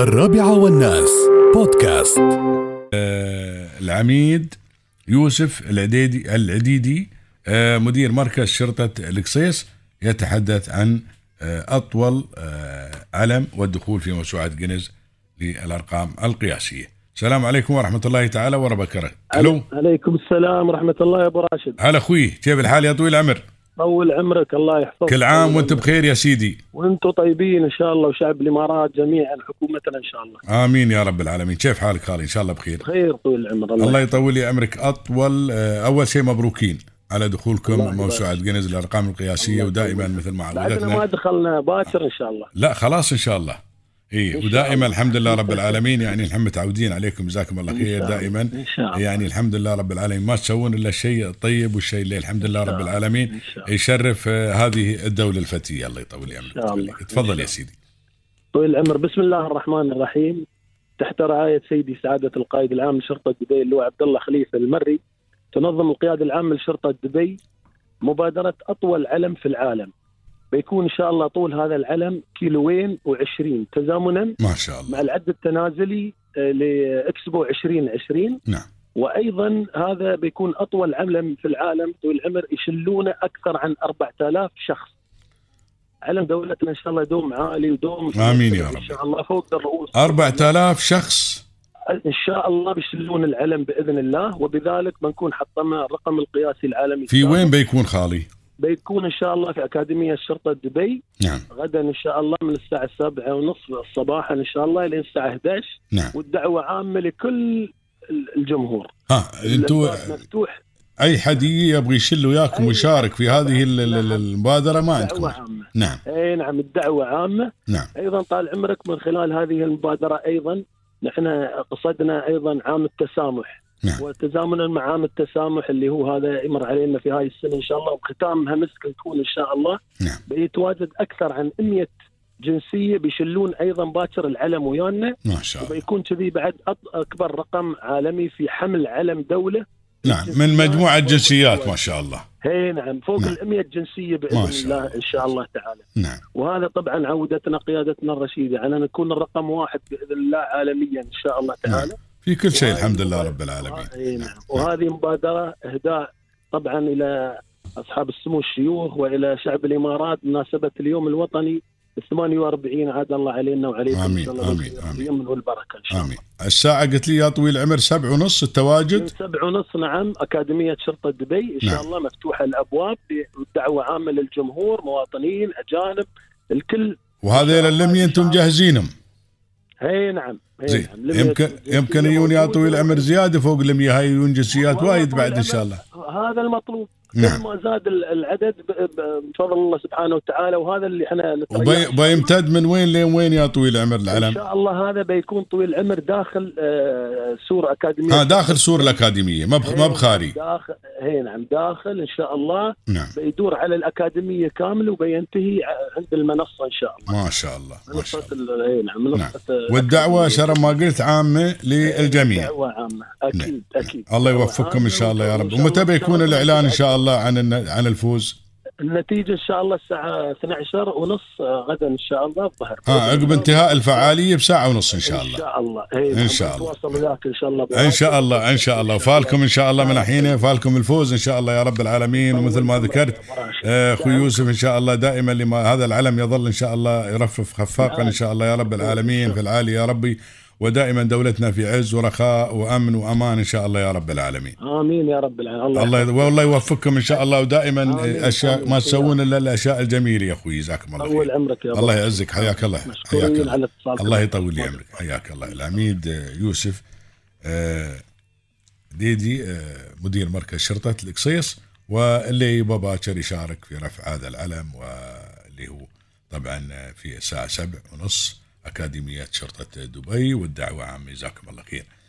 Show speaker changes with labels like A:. A: الرابعة والناس بودكاست
B: آه، العميد يوسف العديدي العديدي آه، مدير مركز شرطة القصيص يتحدث عن آه، أطول آه، علم والدخول في موسوعة جينيز للأرقام القياسية السلام عليكم ورحمة الله تعالى وبركاته ألو
C: عليكم السلام ورحمة الله يا أبو راشد
B: هلا أخوي كيف الحال يا طويل العمر
C: طول عمرك الله يحفظك
B: كل عام وأنت بخير يا سيدي
C: وانتم طيبين إن شاء الله وشعب الإمارات جميعا حكومتنا إن شاء الله
B: آمين يا رب العالمين كيف حالك خالي إن شاء الله بخير
C: خير طول العمر الله,
B: الله يطول لي عمرك اطول آه، اول شيء مبروكين على
C: الله
B: دخولكم
C: يبارك.
B: موسوعه جينيز للارقام القياسيه
C: الله
B: ودائما
C: يبارك.
B: مثل ما
C: بعدنا ما
B: عودتنا
C: دخلنا باكر إن شاء الله
B: لا خلاص ان شاء الله اي
C: إن شاء
B: ودائما
C: الله.
B: الحمد لله رب العالمين يعني نحن متعودين عليكم جزاكم الله
C: إن
B: خير
C: شاء الله.
B: دائما
C: إن شاء الله
B: يعني الحمد لله رب العالمين ما تسوون الا الشيء الطيب والشيء اللي الحمد لله
C: شاء
B: رب
C: الله.
B: العالمين
C: إن شاء الله
B: يشرف آه، هذه الدوله الفتيه الله يطول عمرك
C: شاء الله.
B: ويخليك. تفضل يا
C: إن
B: سيدي
C: طويل العمر بسم الله الرحمن الرحيم تحت رعاية سيدي سعادة القائد العام لشرطة دبي اللواء عبد الله خليفة المري تنظم القيادة العامة لشرطة دبي مبادرة أطول علم في العالم بيكون إن شاء الله طول هذا العلم كيلوين وعشرين تزامنا
B: ما شاء الله
C: مع العد التنازلي آه، لإكسبو 2020
B: نعم
C: وأيضا هذا بيكون أطول علم في العالم طويل العمر يشلونه أكثر عن 4000 شخص علم دولتنا إن شاء الله دوم عالي ودوم
B: آمين يا
C: إن
B: رب. آه.
C: شاء الله فوق الرؤوس
B: 4000 شخص
C: ان شاء الله بيشلون العلم باذن الله وبذلك بنكون حطمنا الرقم القياسي العالمي
B: في وين بيكون خالي
C: بيكون ان شاء الله في اكاديميه شرطه دبي
B: نعم
C: غدا ان شاء الله من الساعه 7 ونصف صباحا ان شاء الله الى الساعه 11
B: نعم
C: والدعوه عامه لكل ال- الجمهور
B: ها
C: الأبواب
B: انتم
C: مفتوح
B: اي حد يجي يبغى يشل وياكم
C: أي.
B: ويشارك في هذه ال- ال- ال- المبادره ما
C: دعوه
B: عندكم
C: عامه
B: نعم
C: اي نعم الدعوه عامه
B: نعم
C: ايضا طال عمرك من خلال هذه المبادره ايضا نحن قصدنا ايضا عام التسامح
B: نعم.
C: وتزامنا مع عام التسامح اللي هو هذا يمر علينا في هاي السنه ان شاء الله وختامها مسك نكون ان شاء الله
B: نعم.
C: بيتواجد اكثر عن 100 جنسيه بيشلون ايضا باكر العلم ويانا
B: ما شاء الله
C: وبيكون كذي بعد أط- اكبر رقم عالمي في حمل علم دوله
B: نعم من مجموعه جنسيات ما شاء الله
C: هي نعم فوق
B: نعم.
C: ال 100 جنسيه
B: ما
C: باذن
B: شاء
C: الله
B: الله.
C: ان شاء الله تعالى
B: نعم
C: وهذا طبعا عودتنا قيادتنا الرشيده على ان نكون الرقم واحد باذن الله عالميا ان شاء الله
B: نعم،
C: تعالى
B: في كل شيء
C: وهذه
B: الحمد لله
C: مبادرة-
B: رب العالمين
C: إي نعم.
B: نعم.
C: وهذه مبادره اهداء طبعا الى اصحاب السمو الشيوخ والى شعب الامارات بمناسبه اليوم الوطني 48 عاد الله علينا وعليكم
B: آمين،
C: ان شاء الله
B: آمين،
C: بالخير
B: آمين.
C: واليمن والبركه ان شاء الله
B: امين الساعه قلت لي يا طويل العمر سبع ونص
C: من
B: التواجد
C: سبع ونص نعم أكاديمية شرطة دبي إن شاء
B: نعم.
C: الله مفتوحة الأبواب والدعوة عامة للجمهور مواطنين أجانب الكل
B: وهذيل اللمية انتم مجهزينهم
C: هي نعم هي
B: زين
C: نعم. لم
B: يمكن
C: يت-
B: يمكن يجون يا طويل العمر زياده فوق اللمية هاي يجون جنسيات
C: والله
B: وايد
C: طويل
B: بعد ان
C: العمر
B: شاء الله
C: هذا المطلوب
B: نعم
C: كل ما زاد ال- العدد ب- ب- بفضل الله سبحانه وتعالى وهذا اللي احنا نتريح.
B: وبي- وبيمتد من وين لين وين يا طويل العمر
C: ان
B: العلم
C: شاء الله هذا بيكون طويل العمر داخل آه، سور اكاديميه
B: ها داخل سور الاكاديميه ما
C: إيه.
B: بخ- ما بخاري
C: داخل هي نعم داخل ان شاء الله
B: نعم
C: بيدور على الاكاديميه كامل وبينتهي ع- عند المنصه ان شاء الله
B: ما شاء الله ما شاء الله
C: منصه ال- إي نعم منصه آه،
B: والدعوة
C: الأكاديمية.
B: شرم ما قلت عامة للجميع
C: دعوة عامة أكيد أكيد
B: نعم، الله يوفقكم إن شاء الله يا رب ومتى بيكون الإعلان إن شاء الله عن الن- عن الفوز
C: النتيجة إن شاء الله الساعة 12 ونص آه، غدا إن شاء الله الظهر
B: ها آه، عقب انتهاء الفعالية بساعة ونص إن شاء
C: ان
B: الله
C: شاء الله هي
B: إن
C: نعم.
B: شاء الله.
C: نتواصل وياك ان شاء الله
B: إن شاء الله إن شاء الله فالكم إن شاء الله من الحين فالكم الفوز إن شاء الله يا رب العالمين ومثل ما ذكرت آه، أخوي يوسف إن شاء الله دائما لما هذا العلم يظل إن شاء الله يرفرف خفاقا إن شاء الله يا رب العالمين في العالي يا ربي ودائما دولتنا في عز ورخاء وأمن وأمان إن شاء الله يا رب العالمين
C: امين يا رب العالمين الله,
B: الله
C: الله,
B: يد- والله يوفقكم ان شاء الله ودائما
C: آمين.
B: اشياء
C: آمين.
B: ما تسوون الا الاشياء الجميله يا اخوي جزاكم الله
C: اول
B: خير
C: عمرك يا
B: الله
C: رب.
B: يعزك حياك الله حياك
C: مشكورين
B: الله
C: على اتصالك
B: الله يطول لي عمرك حياك الله العميد آه، يوسف آه، ديدي آه، مدير مركز شرطه القصيص واللي يبغى باكر يشارك في رفع هذا العلم واللي هو طبعا آه، في الساعه سبع ونص اكاديميه شرطه دبي والدعوه عامه جزاكم الله خير